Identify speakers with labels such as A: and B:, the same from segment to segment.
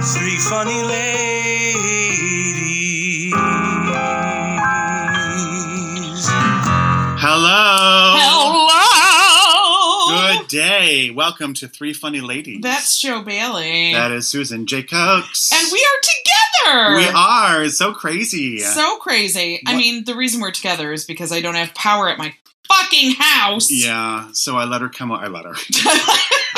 A: funny ladies.
B: Hello.
C: Hello.
B: Good day. Welcome to Three Funny Ladies.
C: That's Joe Bailey.
B: that is Susan J. Cooks.
C: and we are together.
B: we are. It's so crazy.
C: So crazy. I
B: What-
C: mean, the reason we're together is because I don't have power at my fucking house.
B: yeah. So I let her come. o- I let her.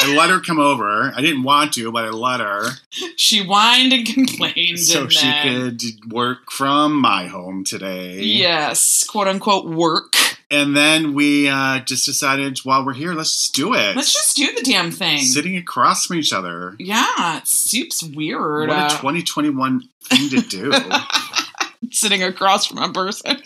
B: I let her come over. I didn't want to, but I let her
C: she whined and complained.
B: so
C: and
B: she
C: then-
B: could eh? work from my home today.
C: Yes, quote unquote work.
B: And then we uh, just decided while we're here, let's just do it.
C: Let's just do the damn thing.
B: sitting across from each other.
C: yeah, it soup's weird.
B: What a
C: uh,
B: 2021 thing to do.
C: sitting across from a person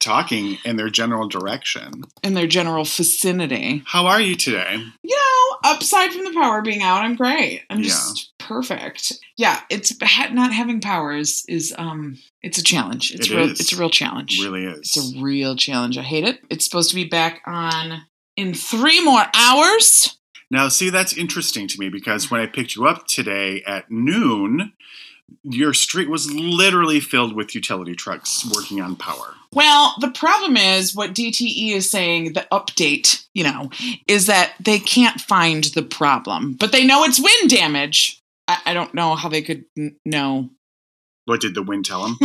B: Talking in their general direction.
C: in their general vicinity.
B: How are you today?
C: you know, aside from the power being out, I'm great. I'm
B: Yeah.
C: just perfect. Yeah, it's ha- not having power is is um it's a challenge. It's
B: It
C: real
B: is.
C: it's a real challenge.
B: Really is.
C: It's a real challenge. I hate it. It's supposed to be back on in 3 more hours.
B: Now, see, that's interesting to me because when I picked you up today at noon, your street was literally filled with utility trucks working on power.
C: Well, the problem is what DTE is saying, the update, you know, is that they can't find the problem, but they know it's wind damage. I, I don't know how they could n- know.
B: What did the wind tell them?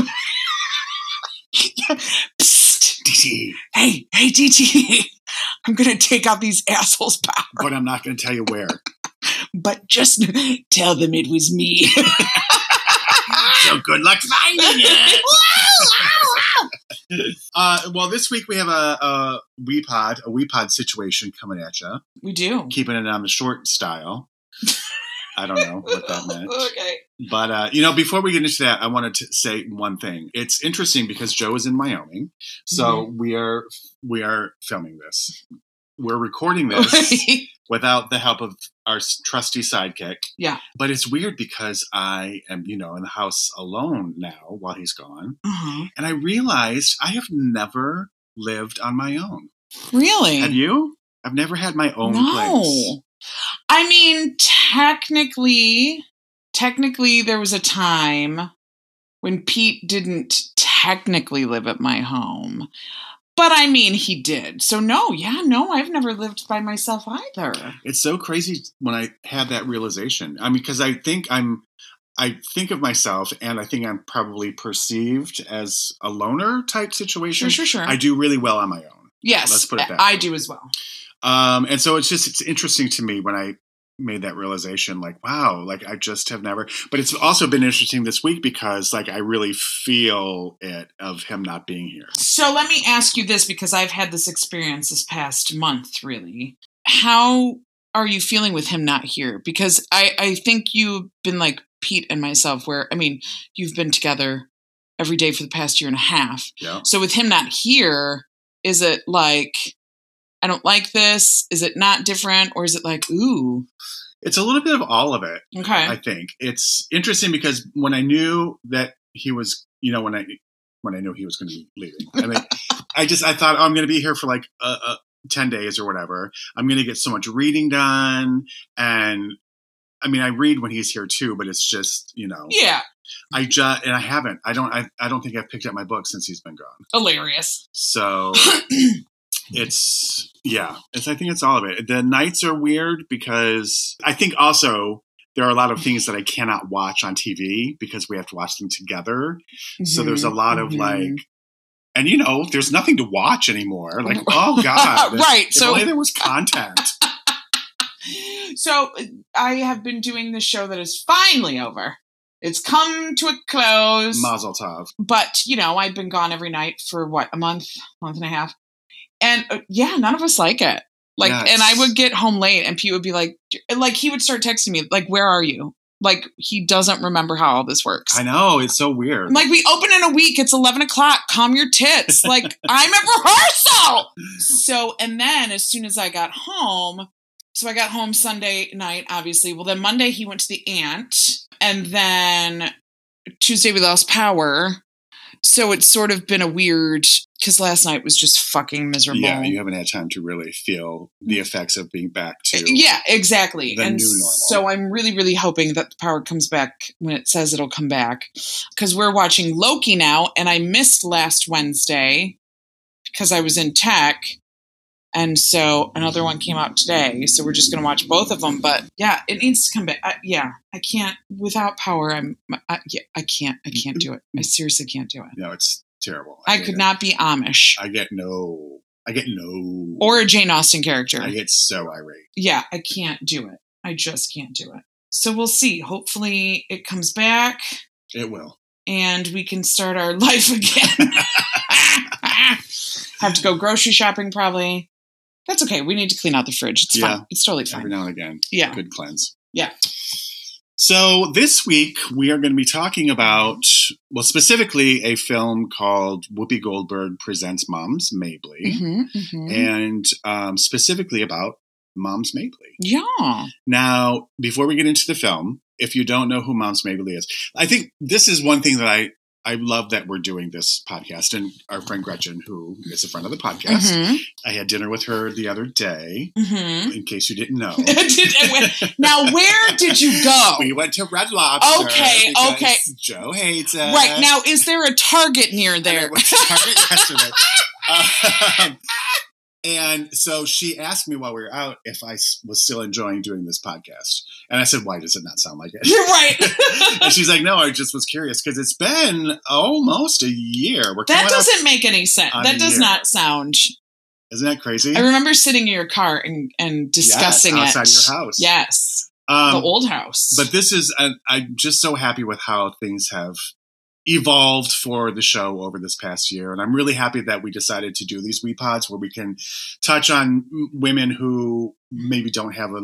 C: Psst. hey, hey, DT, I'm going to take out these assholes' power,
B: but I'm not going to tell you where.
C: but just tell them it was me.
B: So good luck finding it. Uh, well, this week we have a, a WePod, a WePod situation coming at you,
C: we do.
B: keeping it on the short style. I don't know what that meant.
C: Okay.
B: But uh, you know, before we get into that, I wanted to say one thing. It's interesting because Joe is in Wyoming, so
C: Mm-hmm.
B: we are we are filming this. We're recording this without the help of our s- trusty sidekick.
C: Yeah.
B: But it's weird because I am, you know, in the house alone now while he's gone,
C: Uh-huh.
B: and I realized I have never lived on my own.
C: Really?
B: Have you? I've never had my own
C: no.
B: place.
C: I mean, technically, technically, there was a time when Pete didn't technically live at my home. But I mean, he did. So, no, yeah, no, I've never lived by myself either.
B: It's so crazy when I had that realization. I mean, because I think I'm, I think of myself, and I think I'm probably perceived as a loner type situation.
C: Sure, sure, sure.
B: I do really well on my own,
C: Yes,
B: Let's put it that
C: I
B: way.
C: do as well.
B: um, and so it's just it's interesting to me when I made that realization. Like, wow, like I just have never. But it's also been interesting this week because like I really feel it of him not being here.
C: So let me ask you this because I've had this experience this past month, really. How are you feeling with him not here? Because I, I think you've been like Pete and myself, where I mean, you've been together every day for the past year and a half.
B: Yeah.
C: So with him not here, is it like, I don't like this? Is it not different? Or is it like, ooh,
B: It's a little bit of all of it.
C: okay.
B: I think it's interesting because when I knew that he was, you know, when I when I knew he was going to be leaving, I mean, I just I thought oh, I'm going to be here for like uh, uh, ten days or whatever. I'm going to get so much reading done, and I mean, I read when he's here too, but it's just you know,
C: yeah,
B: I just and I haven't. I don't. I, I don't think I've picked up my book since he's been gone.
C: hilarious.
B: So it's yeah it's i think it's all of it the nights are weird because i think also there are a lot of things that i cannot watch on tv because we have to watch them together so there's a lot of
C: Mhm.
B: like and you know there's nothing to watch anymore like oh god
C: Right,
B: if
C: so-
B: only there was content
C: So uh, I have been doing this show that is finally over. It's come to a close.
B: mazel tov
C: But, you know, I've been gone every night for what, a month, month and a half. And uh, yeah, none of us like it. Like
B: Yes.
C: and I would get home late and Pete would be like and, like he would start texting me like where are you? Like he doesn't remember how all this works.
B: i know it's so weird
C: I'm like we open in a week. It's eleven o'clock. Calm your tits. Like I'm at rehearsal. So and then as soon as I got home, so I got home Sunday night, obviously. Well, then Monday he went to the aunt, and then Tuesday we lost power. So it's sort of been a weird because last night was just fucking miserable.
B: Yeah, you haven't had time to really feel the effects of being back to.
C: Uh, Yeah, exactly.
B: The
C: and
B: new normal.
C: so I'm really, really hoping that the power comes back when it says it'll come back. Because we're watching Loki now, and I missed last Wednesday because I was in tech. And so another one came out today. So we're just going to watch both of them. But yeah, it needs to come back. I, yeah, I can't without power. I'm. I, yeah, I can't. I can't do it. I seriously can't do it.
B: No, it's terrible.
C: I
B: hate
C: could
B: it.
C: not be Amish
B: I get no. I get no.
C: or a Jane Austen character.
B: I get so irate.
C: yeah, I can't do it. I just can't do it. So we'll see. Hopefully it comes back
B: It will.
C: and we can start our life again. Have to go grocery shopping probably. That's okay. We need to clean out the fridge. It's
B: Yeah.
C: fine. It's totally fine.
B: Every now and again.
C: Yeah.
B: Good cleanse.
C: Yeah.
B: So this week we are going to be talking about, well, specifically a film called Whoopi Goldberg Presents Moms Mabley,
C: hmm hmm
B: and um, specifically about Moms Mabley.
C: yeah.
B: Now, before we get into the film, if you don't know who Moms Mabley is, I think this is one thing that I I love that we're doing this podcast, and our friend Gretchen, who is a friend of the podcast,
C: Mm-hmm.
B: I had dinner with her the other day.
C: hmm hmm
B: In case you didn't know,
C: now, where did you go?
B: we went to Red Lobster.
C: Oh. Okay,
B: because
C: okay.
B: Joe hates it.
C: Right. Now, is there a Target near
B: And I
C: there?
B: went to Target yesterday. Um, and so she asked me while we were out if I s- was still enjoying doing this podcast, and I said, "Why does it not sound like it?"
C: You're right.
B: and she's like, "No, I just was curious because it's been almost a year. We're
C: That
B: coming up-
C: doesn't make any sense.
B: on
C: That
B: a
C: does
B: year.
C: not sound
B: Isn't that crazy?
C: I remember sitting in your car and, and discussing
B: yes, outside
C: it.
B: your house.
C: Yes,
B: Um,
C: the old house.
B: But this is, and I'm just so happy with how things have evolved for the show over this past year. And I'm really happy that we decided to do these WePods where we can touch on m- women who maybe don't have a,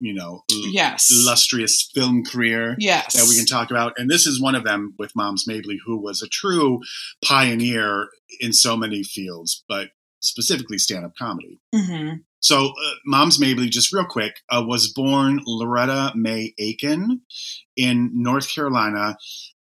B: you know, l-
C: yes,
B: illustrious film career
C: yes,
B: that we can talk about. And this is one of them with Moms Mabley, who was a true pioneer in so many fields, but specifically stand up comedy.
C: hmm
B: So, uh, Moms Mabley, just real quick, uh, was born Loretta May Aiken in North Carolina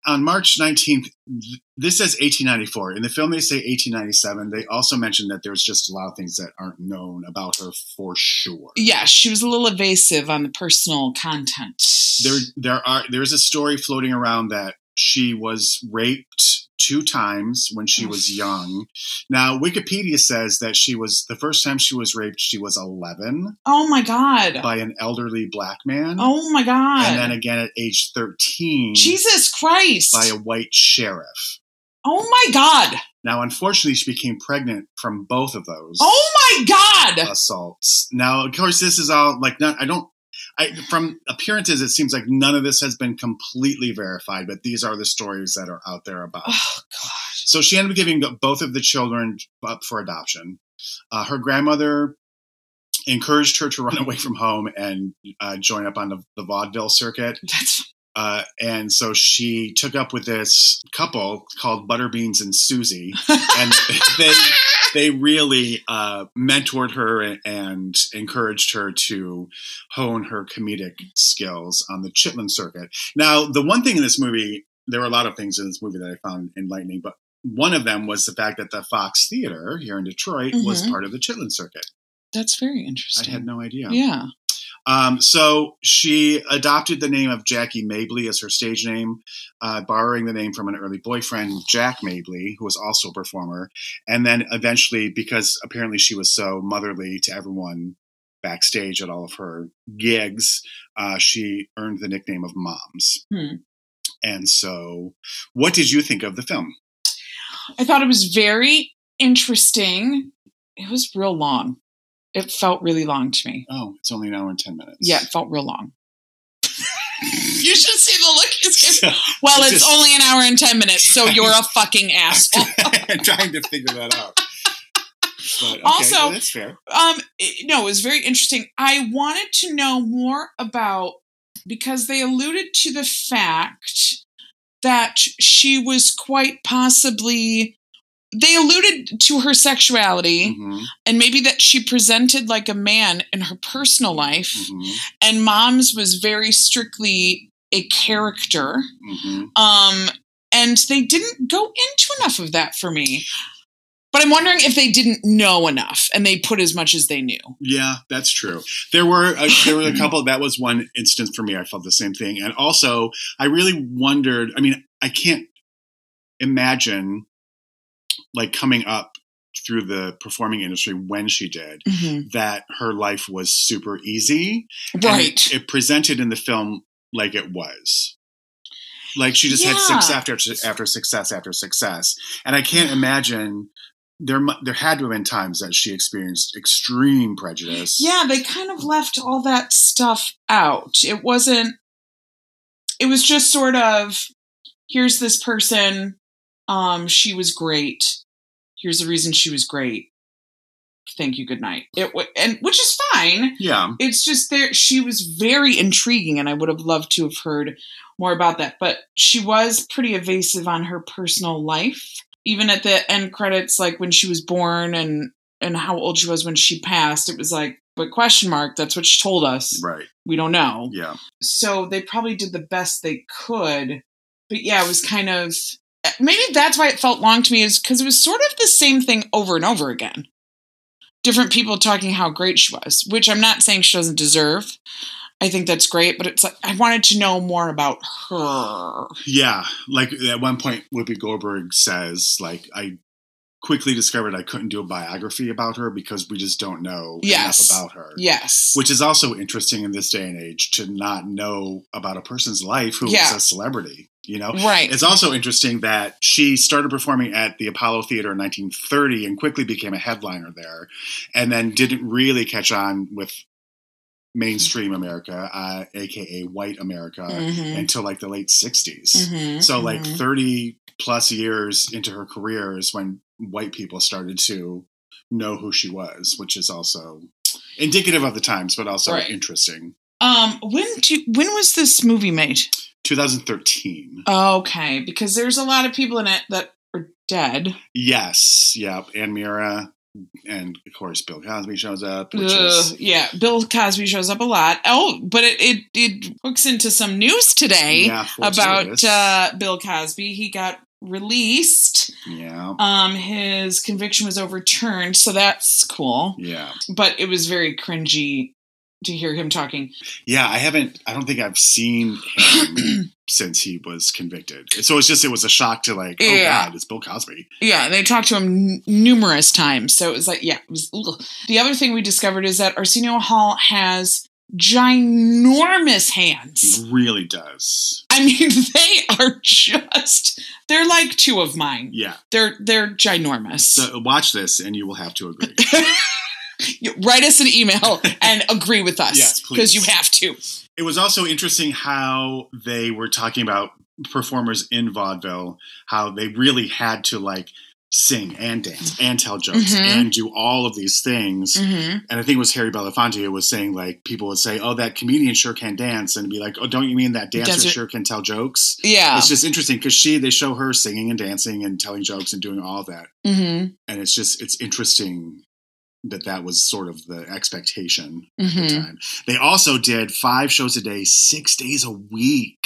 B: on March 19th. Th- This says 1894. In the film, they say 1897. They also mention that there's just a lot of things that aren't known about her for sure.
C: Yeah, she was a little evasive on the personal content.
B: There, there are there is a story floating around that she was raped two times when she was young. Now, Wikipedia says that she was the first time she was raped, she was 11
C: oh my god!
B: by an elderly black man.
C: Oh my god!
B: and then again at age 13
C: Jesus Christ!
B: by a white sheriff.
C: oh my god!
B: Now, unfortunately, she became pregnant from both of those
C: Oh my god!
B: assaults. Now, of course, this is all like not. I don't. I, from appearances, it seems like none of this has been completely verified, but these are the stories that are out there about.
C: Ugh,
B: So she ended up giving both of the children up for adoption. Uh, her grandmother encouraged her to run away from home and uh, join up on the, the vaudeville circuit.
C: that's
B: Uh, and so she took up with this couple called Butterbeans and Susie, and they they really uh, mentored her and encouraged her to hone her comedic skills on the Chitlin circuit. Now, the one thing in this movie, there were a lot of things in this movie that I found enlightening, but one of them was the fact that the Fox Theater here in Detroit was
C: Mhm.
B: part of the Chitlin circuit.
C: that's very
B: I
C: interesting.
B: had no idea.
C: yeah.
B: Um, so she adopted the name of Jackie Mabley as her stage name, uh, borrowing the name from an early boyfriend, Jack Mabley, who was also a performer. And then eventually, because apparently she was so motherly to everyone backstage at all of her gigs, uh, she earned the nickname of Moms.
C: Hmm.
B: And so, what did you think of the film?
C: I thought it was very interesting. It was real long. It felt really long to me.
B: Oh, it's only an hour and 10 minutes.
C: Yeah, it felt real long. you should see the look. It's,
B: So,
C: well,
B: It's
C: it's
B: just-
C: only an hour and 10 minutes, so you're a fucking asshole.
B: I'm trying to figure that out. But, okay,
C: Also-
B: well, that's fair.
C: Um, it- no, it was very interesting. I wanted to know more about because they alluded to the fact that she was quite possibly. They alluded to her sexuality
B: Mhm,
C: and maybe that she presented like a man in her personal life,
B: mhm,
C: and mom's was very strictly a character.
B: mhm.
C: Um, and they didn't go into enough of that for me. But I'm wondering if they didn't know enough and they put as much as they knew.
B: Yeah, that's true. There were a, there were a couple. That was one instance for me. I felt the same thing, and also I really wondered. I mean, I can't imagine like coming up through the performing industry when she did that her life was super easy. And it-
C: Right.
B: It, presented in the film like it was. Like she just had
C: Yeah.
B: success after after success after success, and I can't imagine. There, mu- there had to have been times that she experienced extreme prejudice.
C: Yeah, they kind of left all that stuff out. It wasn't, it was just sort of here's this person. Um, she was great. Here's the reason she was great. Thank you. Good night. It wa and which is fine.
B: yeah.
C: It's just there. She was very intriguing, and I would have loved to have heard more about that. But she was pretty evasive on her personal life. Even at the end credits, like when she was born and and how old she was when she passed, it was like, but question mark. That's what she told us.
B: Right.
C: We don't know.
B: Yeah.
C: So they probably did the best they could. But yeah, it was kind of maybe that's why it felt long to me is because it was sort of the same thing over and over again. Different people talking how great she was, which I'm not saying she doesn't deserve. I think that's great, but it's like I wanted to know more about her.
B: Yeah. Like at one point, Whoopi Goldberg says, like, I quickly discovered I couldn't do a biography about her because we just don't know
C: Yes.
B: enough about her.
C: Yes.
B: Which is also interesting in this day and age to not know about a person's life who is
C: Yeah.
B: a celebrity, you know?
C: right.
B: It's also interesting that she started performing at the Apollo Theater in 1930 and quickly became a headliner there, and then didn't really catch on with mainstream America, uh, aka white America,
C: Mhm.
B: until like the late 60s.
C: Mhm.
B: uh, So like
C: Mhm.
B: 30 plus years into her career is when white people started to know who she was, which is also indicative of the times, but also
C: Right.
B: interesting.
C: um, when do, when was this movie made?
B: 2013.
C: Okay, because there's a lot of people in it that are dead.
B: Yes. Yep. And Mira. And of course, Bill Cosby shows up, which
C: Ugh,
B: is
C: yeah, Bill Cosby shows up a lot. Oh, but it it, it hooks into some news today
B: yeah,
C: Eh? about
B: fortuitous.
C: uh, Bill Cosby. He got released.
B: yeah,
C: Um, his conviction was overturned, so that's cool.
B: yeah,
C: But it was very cringy to hear him talking.
B: yeah. I haven't. I don't think I've seen him since he was convicted. So it's just it was a shock to like, oh
C: Yeah.
B: god, it's Bill Cosby.
C: Yeah, and they talked to him n- numerous times. So it was like, yeah, it was. ugh. The other thing we discovered is that Arsenio Hall has ginormous hands.
B: He really does.
C: I mean, they are just they're like two of mine.
B: Yeah.
C: They're they're ginormous.
B: So watch this, and you will have to agree.
C: You- Write us an email and agree with us.
B: Yes, please.
C: Because you have to.
B: it was also interesting how they were talking about performers in vaudeville, how they really had to like sing and dance and tell jokes
C: Mhm.
B: and do all of these things.
C: Mm.
B: And I think it was Harry Belafonte who was saying like people would say, "Oh, that comedian sure can dance," and be like, "Oh, don't you mean that dancer
C: Dancer-
B: sure can tell jokes?"
C: Yeah.
B: It's just interesting because she they show her singing and dancing and telling jokes and doing all that,
C: hmm
B: and it's just it's interesting that that was sort of the expectation the
C: hmm
B: time. They also did five shows a day, six days a week.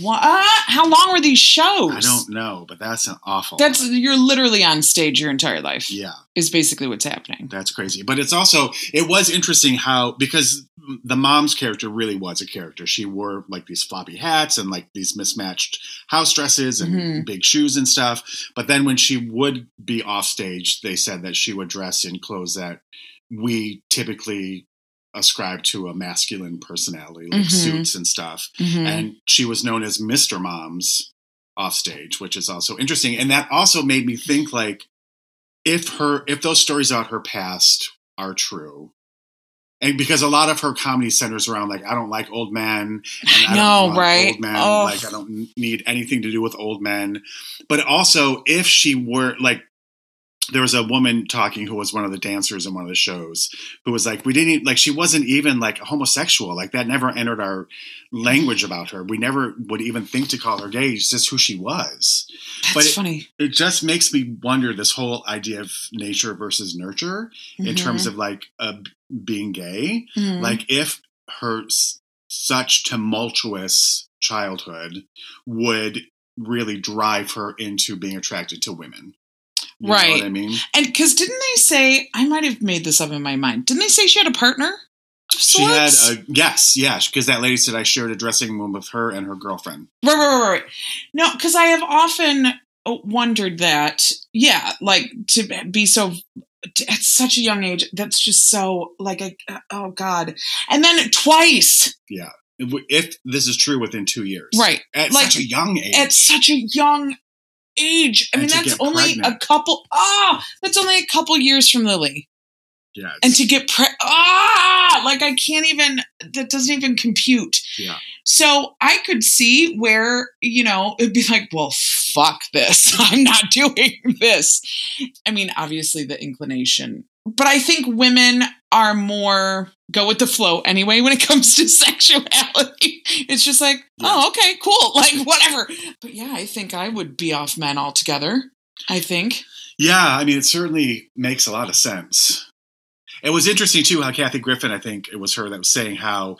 C: What? uh, How long were these shows?
B: I don't know, but that's an awful.
C: That's
B: lot.
C: you're literally on stage your entire life.
B: yeah,
C: Is basically what's happening.
B: that's crazy. But it's also it was interesting how because the mom's character really was a character. She wore like these floppy hats and like these mismatched house dresses and
C: Mhm.
B: big shoes and stuff. But then when she would be off stage, they said that she would dress in clothes that we typically ascribe to a masculine personality, like
C: Mhm.
B: suits and stuff.
C: Mhm.
B: and she was known as Mr. Moms offstage, which is also interesting. And that also made me think like if her if those stories about her past are true. And because a lot of her comedy centers around like I don't like old men, and I
C: No,
B: don't want
C: right?
B: Old men,
C: Ugh.
B: like I don't need anything to do with old men. But also, if she were like, there was a woman talking who was one of the dancers in one of the shows who was like, we didn't like she wasn't even like homosexual, like that never entered our language about her. We never would even think to call her gay. It's just who she was.
C: That's
B: but it-
C: funny.
B: It just makes me wonder this whole idea of nature versus nurture
C: Mm-hmm.
B: in terms of like uh, being gay. Like if her s- such tumultuous childhood would really drive her into being attracted to women. You know what
C: Right.
B: I mean,
C: And because didn't they say I might have made this up in my mind? Didn't they say she had a partner? of
B: she had
C: sorts?
B: a yes, yes, because that lady said I shared a dressing room with her and her girlfriend.
C: Right, right, right, right. No, because I have often uh, wondered that. Yeah, like to be so at such a young age. That's just so like I, oh god. And then twice,
B: If, we- if this is true, within two years,
C: right?
B: At
C: Like,
B: such a young age,
C: At such a young age. I
B: And
C: mean,
B: to
C: that's
B: get
C: only
B: pregnant.
C: a couple. Ah, that's only a couple years from Lily.
B: yes,
C: And to get pre ah, like I can't even. That doesn't even compute.
B: Yeah.
C: So I could see where, you know, it'd be like, well, fuck this. I'm not doing this. I mean, obviously the inclination, but I think women are more go with the flow anyway when it comes to sexuality. It's just like,
B: Yeah.
C: oh, okay, cool, like whatever. But yeah, I think I would be off men altogether. I think.
B: Yeah, I mean, it certainly makes a lot of sense. It was interesting too how Kathy Griffin, I think it was her that was saying how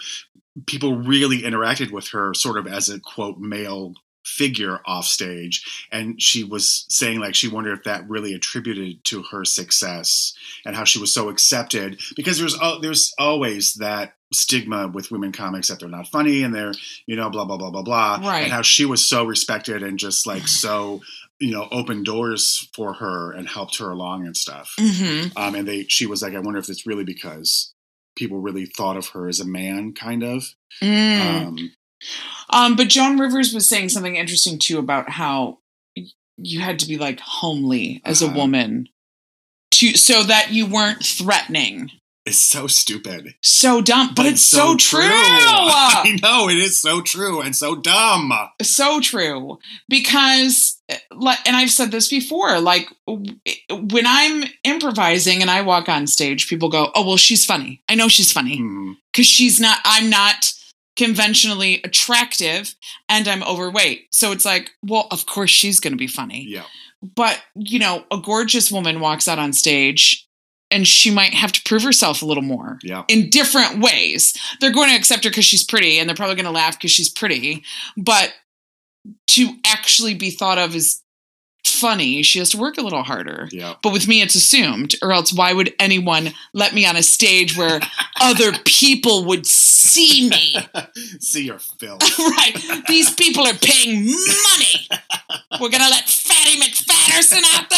B: people really interacted with her sort of as a quote male figure off stage and she was saying like she wondered if that really attributed to her success and how she was so accepted because there's al- there's always that stigma with women comics that they're not funny and they're you know blah blah blah blah blah
C: Right.
B: and how she was so respected and just like so you know opened doors for her and helped her along and stuff
C: Mm-hmm.
B: um, and they she was like i wonder if it's really because people really thought of her as a man kind of
C: Mm.
B: um,
C: Um, but Joan Rivers was saying something interesting too about how y- you had to be like homely as a
B: Uh-huh.
C: woman to so that you weren't threatening.
B: it's so stupid
C: So dumb, but, it's, so, true.
B: i know it is so true and so dumb
C: so true because eh, like and I've said this before like w- when I'm improvising and I walk on stage people go, "Oh, well she's funny. I know she's funny."
B: Mhm.
C: because she's not i'm not conventionally attractive and i'm overweight so it's like well of course she's going to be funny
B: yeah
C: but you know a gorgeous woman walks out on stage and she might have to prove herself a little more
B: yeah
C: in different ways they're going to accept her because she's pretty and they're probably going to laugh because she's pretty but to actually be thought of as funny she has to work a little harder
B: yeah
C: but with me, it's assumed, or else why would anyone let me on a stage where other people would see me?
B: see your film
C: right. These people are paying money. We're going to let Fatty McFatterson out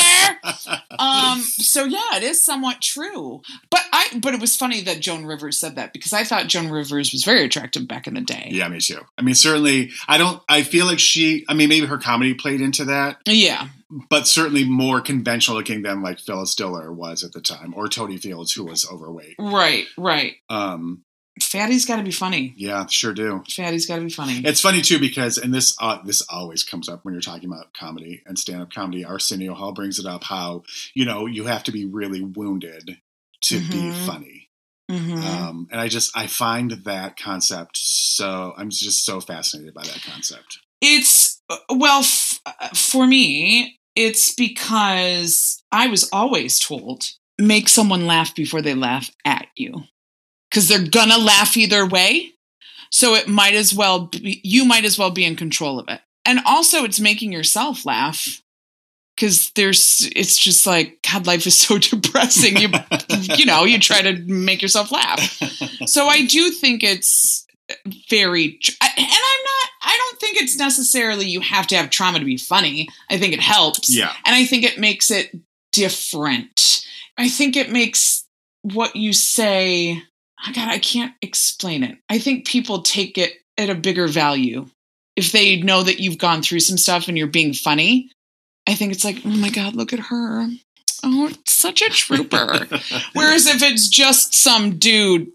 C: there. Um, so yeah, it is somewhat true. But I but it was funny that Joan Rivers said that because I thought Joan Rivers was very attractive back in the day.
B: yeah me too i mean certainly i don't i feel like she i mean maybe her comedy played into that
C: Yeah.
B: but certainly more conventional looking than like phyllis diller was at the time or tony fields who was overweight
C: Right, right.
B: um
C: Fatty's gotta be funny.
B: yeah sure do
C: Fatty's gotta be funny.
B: It's funny too because, and this uh, this always comes up when you're talking about comedy and stand up comedy. Arsenio Hall brings it up how you know you have to be really wounded to be
C: Mhm.
B: funny,
C: Mhm.
B: um, and I just I find that concept so I'm just so fascinated by that concept.
C: It's uh, well f- uh, for me. It's because I was always told make someone laugh before they laugh at you, because they're gonna laugh either way. So it might as well be, you might as well be in control of it. And also, it's making yourself laugh, because there's it's just like God, life is so depressing. You you know you try to make yourself laugh so I do think it's very, tr- I- and I'm not. I don't think it's necessarily you have to have trauma to be funny. I think it helps,
B: yeah,
C: and I think it makes it different. I think it makes what you say. oh, God, I can't explain it. I think people take it at a bigger value if they know that you've gone through some stuff and you're being funny. I think it's like, oh my God, look at her. Oh, such a trooper. Whereas if it's just some dude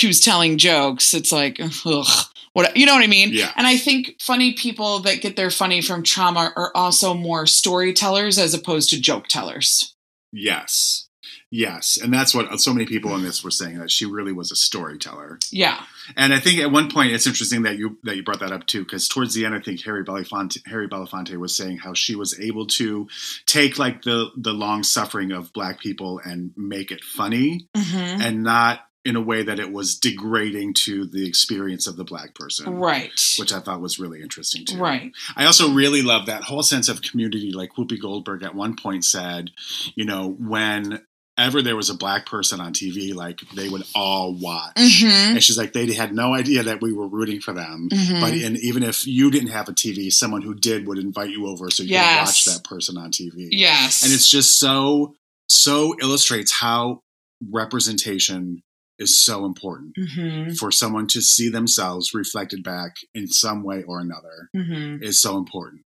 C: who's telling jokes, it's like, ugh, what you know what I mean?
B: Yeah.
C: And I think funny people that get their funny from trauma are also more storytellers as opposed to joke tellers.
B: yes, yes, and that's what so many people in this were saying that she really was a storyteller.
C: Yeah.
B: And I think at one point it's interesting that you that you brought that up too, because towards the end, I think Harry Belafonte Harry Belafonte was saying how she was able to take like the the long suffering of Black people and make it funny,
C: Mm-hmm.
B: and not in a way that it was degrading to the experience of the black person.
C: Right.
B: Which I thought was really interesting too.
C: Right.
B: I also really love that whole sense of community. Like Whoopi Goldberg at one point said, you know, whenever there was a black person on TV, like they would all watch.
C: Mm-hmm.
B: And she's like, they had no idea that we were rooting for them.
C: Mhm.
B: But and even if you didn't have a TV, someone who did would invite you over so you
C: Yes.
B: could watch that person on TV.
C: Yes.
B: And it's just so so illustrates how representation is so important
C: Mm-hmm.
B: for someone to see themselves reflected back in some way or another
C: Mm-hmm.
B: is so important.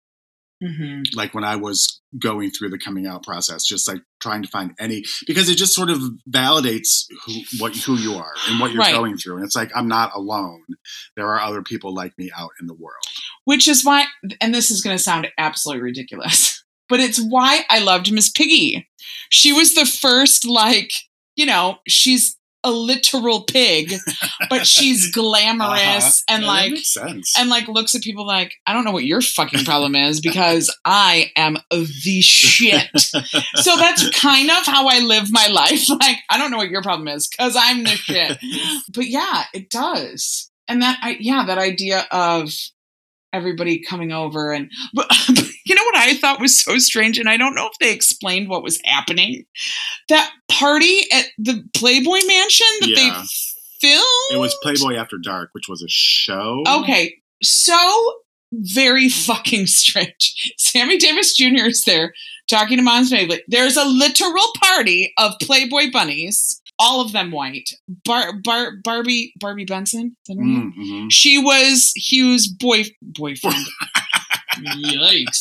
C: Mm-hmm.
B: Like when I was going through the coming out process, just like trying to find any because it just sort of validates who what who you are and what you're
C: Right.
B: going through. And it's like I'm not alone. There are other people like me out in the world.
C: Which is why, and this is going to sound absolutely ridiculous, but it's why I loved Miss Piggy. She was the first, like, you know, she's a literal pig, but she's glamorous
B: Uh-huh.
C: and
B: that
C: like.
B: makes sense.
C: And like looks at people like, I don't know what your fucking problem is because I am the shit. so that's kind of how I live my life. Like, I don't know what your problem is because I'm the shit. But yeah, it does. And that, I, yeah, that idea of everybody coming over and, but you know what I thought was so strange? And I don't know if they explained what was happening. That party at the Playboy Mansion that
B: Yeah.
C: they filmed.
B: it was Playboy After Dark, which was a show.
C: Okay, so very fucking strange. Sammy Davis Jr. is there talking to Mons Mabley. There's a literal party of Playboy bunnies, all of them white. Bar, Bar, Barbie, Barbie Benson. Is that her name?
B: Mm, mhm.
C: She was Hugh's boy boyfriend. Yikes.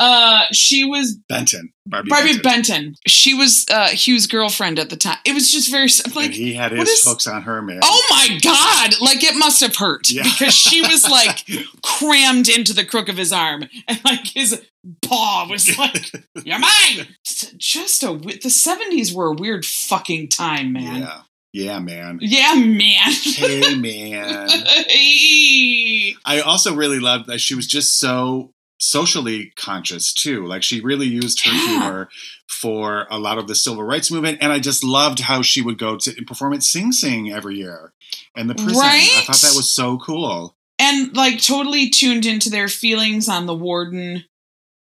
C: Uh, she was
B: Benton. Barbie,
C: Barbie
B: Benton.
C: Benton. She was uh, Hugh's girlfriend at the time. It was just very s-
B: and
C: like
B: he had
C: what
B: his
C: is-
B: hooks on her, man.
C: Oh my God! Like it must have hurt
B: Yeah.
C: because she was like crammed into the crook of his arm, and like his paw was like, "You're mine." It's Just a we- the seventies were a weird fucking time, man.
B: Yeah. Yeah, man.
C: Yeah, man.
B: hey, man.
C: Hey.
B: I also really loved that she was just so socially conscious too. Like she really used her
C: Yeah.
B: humor for a lot of the civil rights movement, and I just loved how she would go to and perform at Sing Sing every year and the prison. I
C: Right?
B: thought that was so cool.
C: and like totally tuned into their feelings on the warden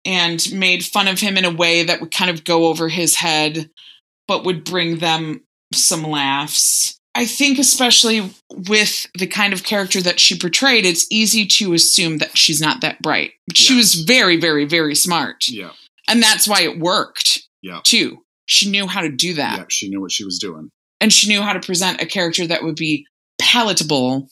C: and made fun of him in a way that would kind of go over his head but would bring them some laughs i think especially with the kind of character that she portrayed it's easy to assume that she's not that bright But she
B: Yeah.
C: was very very very smart
B: Yeah,
C: and that's why it worked
B: Yeah.
C: too she knew how to do that
B: yeah. She knew what she was doing.
C: and she knew how to present a character that would be palatable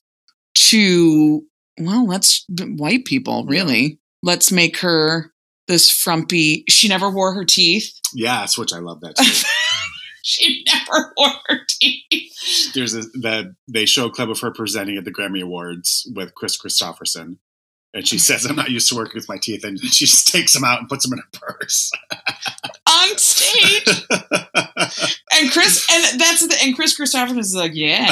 C: to well let's white people really let's make her this frumpy she never wore her teeth
B: Yes, which I love that too.
C: she never wore her teeth
B: There's a, the they show a clip of her presenting at the Grammy Awards with Chris Christopherson. And she says, "I'm not used to working with my teeth," and she just takes them out and puts them in her purse.
C: on stage and chris and that's the and chris christopherson is like yeah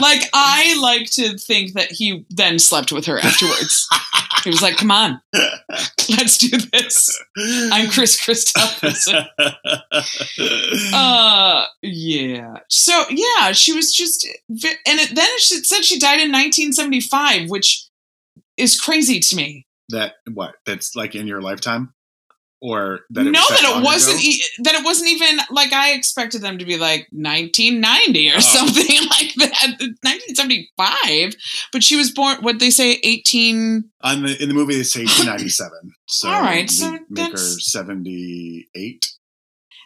C: like i like to think that he then slept with her afterwards he was like come on let's do this i'm chris christopherson uh yeah so yeah she was just and it, then she said she died in 1975 which is crazy to me
B: that what? That's like in your lifetime, or that
C: no
B: it was that,
C: that
B: long
C: it
B: ago?
C: wasn't e- that it wasn't even like i expected them to be like 1990 or
B: Oh.
C: something like that 1975 but she was born what they say 18
B: On the in the movie they say 1997. So
C: All right,
B: we
C: so
B: make her
C: that's-
B: 78.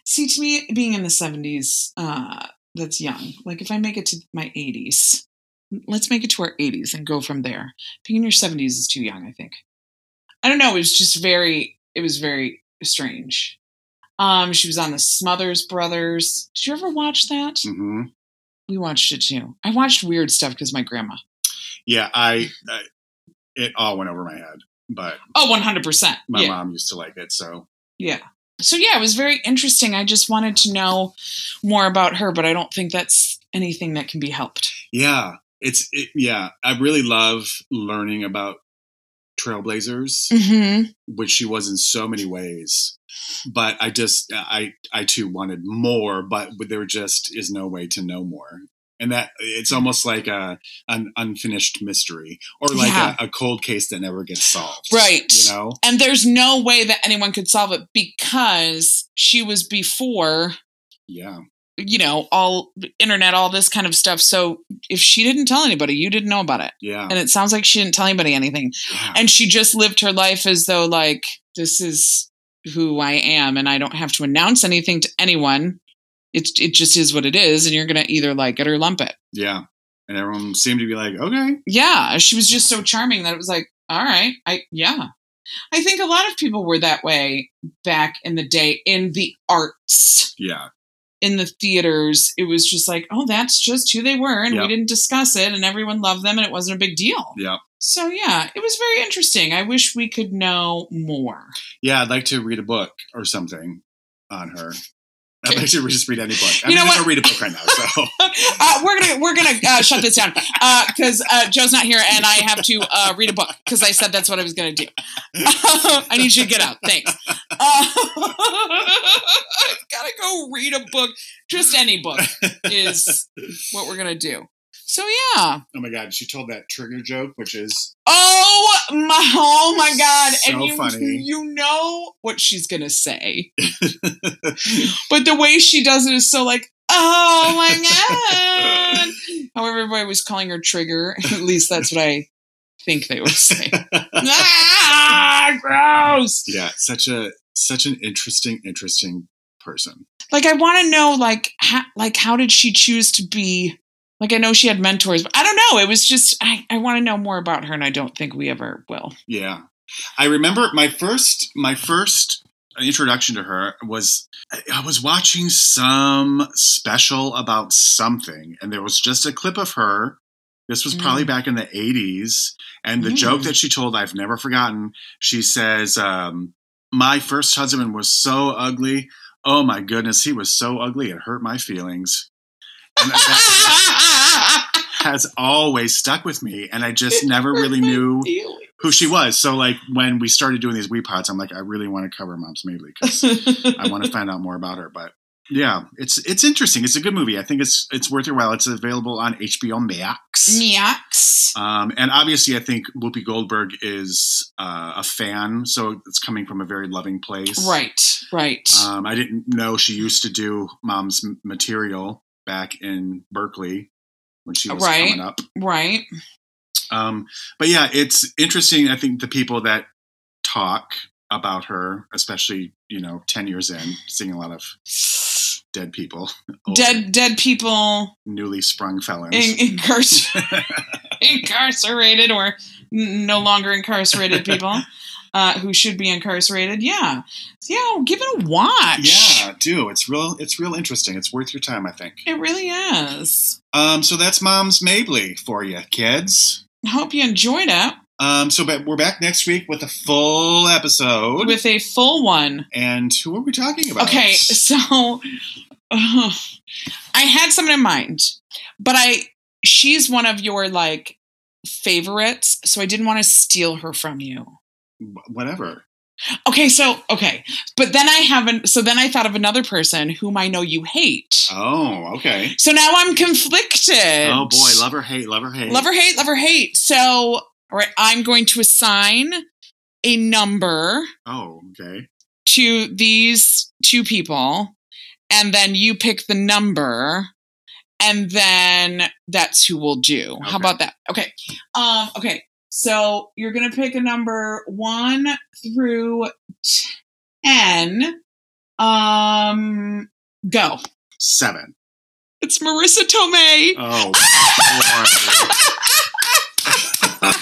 C: see to me being in the 70s uh that's young like if i make it to my 80s let's make it to our 80s and go from there being in your 70s is too young i think i don't know it was just very it was very strange um she was on the smothers brothers did you ever watch that
B: hmm
C: we watched it too i watched weird stuff because my grandma
B: Yeah, I, I it all went over my head, but
C: oh 100%
B: my
C: yeah
B: mom used to like it, so
C: yeah so yeah it was very interesting i just wanted to know more about her but i don't think that's anything that can be helped
B: yeah. It's it, yeah. I really love learning about trailblazers,
C: hmm
B: which she was in so many ways. But I just, I, I too wanted more, but there just is no way to know more. And that it's almost like a an unfinished mystery, or like
C: Yeah.
B: a, a cold case that never gets solved,
C: Right.
B: You know,
C: And there's no way that anyone could solve it because she was before,
B: yeah,
C: you know, all internet, all this kind of stuff. So if she didn't tell anybody, you didn't know about it.
B: yeah,
C: And it sounds like she didn't tell anybody anything.
B: yeah.
C: And she just lived her life as though, like, this is who I am and I don't have to announce anything to anyone. It, it just is what it is. And you're going to either like it or lump it.
B: yeah. And everyone seemed to be like, okay,
C: yeah, she was just so charming that it was like, all right, I yeah. I think a lot of people were that way back in the day in the arts,
B: yeah,
C: in the theaters. It was just like, oh, that's just who they were, and
B: Yeah.
C: we didn't discuss it, and everyone loved them, and it wasn't a big deal.
B: yeah,
C: So yeah, it was very interesting. I wish we could know more.
B: yeah. I'd like to read a book or something on her. I'd like to re- just read any book. I'm
C: You know
B: just
C: what?
B: gonna read a book right now. So
C: uh, we're gonna we're gonna uh, shut this down because uh, Joe's not here, and I have to uh, read a book because I said that's what I was gonna do. I need you to get out. Thanks. Uh, I've gotta go read a book. Just any book is what we're gonna do. So yeah.
B: oh my god, she told that trigger joke, which is
C: Oh my! Oh my God! and
B: So
C: you
B: funny.
C: you know what she's gonna say, but the way she does it is so like, oh my God! How everybody was calling her Trigger. At least that's what I think they were saying. ah, gross!
B: yeah, such a such an interesting, interesting person.
C: Like I want to know, like, how, like how did she choose to be? Like I know she had mentors, but I don't know. It was just I, I want to know more about her, and I don't think we ever will.
B: Yeah, I remember my first my first introduction to her was I- I was watching some special about something, and there was just a clip of her. This was probably
C: Mm.
B: back in the '80s, and the
C: Mm.
B: joke that she told I've never forgotten. She says, um, "My first husband was so ugly. Oh my goodness, he was so ugly. It hurt my feelings." And that- has always stuck with me and I just never really knew who she was. So like when we started doing these Wii pods, I'm like, I really want to cover Moms Mabley because I want to find out more about her. But yeah, it's it's interesting. It's a good movie. I think it's it's worth your while. It's available on HBO Max.
C: Meox.
B: Um, and obviously, I think Whoopi Goldberg is uh, a fan, so it's coming from a very loving place.
C: Right, right.
B: Um, I didn't know she used to do mom's m- material back in Berkeley when she was
C: Right.
B: coming up.
C: right.
B: Um, but yeah, it's interesting. I think the people that talk about her, especially you know, ten years in, seeing a lot of dead people, old,
C: Dead dead people
B: newly sprung felons.
C: in, incarcer- incarcerated or n- no longer incarcerated people uh, who should be incarcerated. Yeah. Yeah, give it a watch.
B: yeah, do it's real. It's real interesting. It's worth your time, I think.
C: It really is.
B: Um, so that's Mom's Mabley for you, kids.
C: I Hope you enjoyed it
B: Um, so but we're back next week with a full episode.
C: with a full one.
B: and who are we talking about?
C: Okay, so uh, I had someone in mind, but I she's one of your like favorites, so I didn't want to steal her from you.
B: Wh- whatever.
C: Okay, so okay, but then I haven't. So then I thought of another person whom I know you hate.
B: Oh, okay.
C: So now I'm conflicted.
B: Oh boy, love or hate, love or hate,
C: love or hate, love or hate. So all right, I'm going to assign a number.
B: Oh, okay.
C: to these two people, and then you pick the number, and then that's who we'll do.
B: Okay.
C: How about that? Okay. Um, okay. So you're gonna pick a number one through ten. Um, go.
B: Seven.
C: It's Marissa Tomei.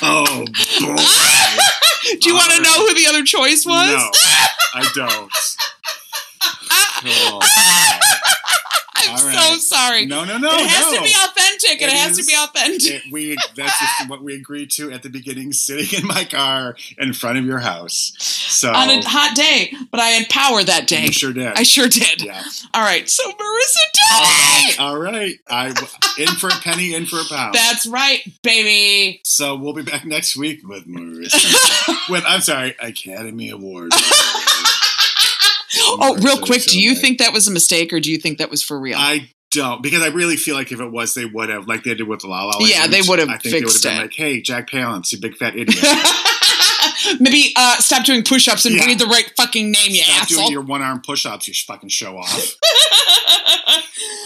B: Oh, boy. oh, boy.
C: do you want to know who the other choice was?
B: No, I don't.
C: Ah,
B: Oh,
C: I'm
B: all All
C: so
B: right.
C: sorry.
B: No, no, no.
C: it has
B: no.
C: to be authentic. It,
B: It
C: has
B: is-
C: to be authentic.
B: It- we that's just what we agreed to at the beginning, sitting in my car in front of your house. So
C: On a hot day, but I had power that day.
B: you sure did.
C: I sure did.
B: yeah.
C: All right. So Marissa Tomei.
B: All right. I in for a penny, in for a pound.
C: That's right, baby.
B: so we'll be back next week with Marissa. with I'm sorry, Academy Award.
C: Oh, real
B: Marissa
C: quick, do you
B: Tomei.
C: think that was a mistake or do you think that was for real?
B: I don't because I really feel like if it was, they would have like they did with La La Land.
C: Yeah, they would have
B: I think they would have
C: fixed
B: been
C: it.
B: like, "Hey, Jack Palance, you big fat idiot."
C: Maybe uh, stop doing push ups and
B: Yeah.
C: breathe the right fucking name, you
B: Stop
C: asshole.
B: doing your one arm push ups, you fucking show off.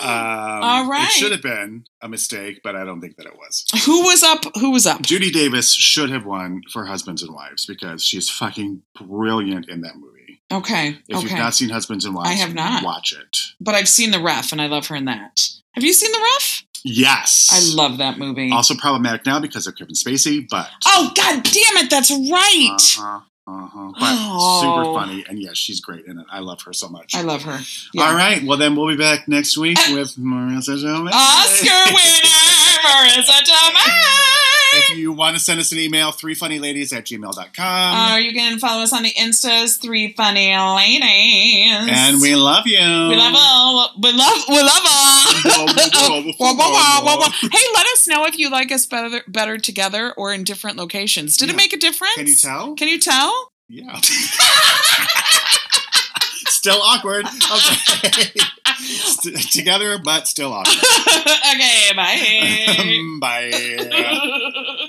B: Um,
C: All right.
B: It should have been a mistake, but I don't think that it was.
C: who was up? Who was up?
B: Judy Davis should have won for Husbands and Wives because she's fucking brilliant in that movie.
C: Okay.
B: If
C: okay.
B: you've not seen Husbands and Wives,
C: I have not.
B: Watch it.
C: but I've seen The Ref and I love her in that. Have you seen The Ref?
B: Yes.
C: I love that movie.
B: Also problematic now because of Kevin Spacey, but
C: oh, god damn it. That's right.
B: Uh-huh, uh-huh. But
C: Oh.
B: super funny, and yes, she's great in it. I love her so much.
C: I love her.
B: All right, well then we'll be back next week
C: Uh,
B: with Marissa Tomei.
C: Oscar winner Marissa Tomei.
B: If you want to send us an email, threefunnyladies at gmail.com.
C: Or you can follow us on the Instas, Three Funny Ladies.
B: and we love you.
C: We love all. We love. We love all. Wah, wah, wah, wah, wah. Hey, let us know if you like us better, better together or in different locations. Did
B: Yeah.
C: it make a difference?
B: Can you tell?
C: Can you tell?
B: Yeah. still awkward. Okay. St- Together, but still awkward.
C: okay, bye.
B: Bye.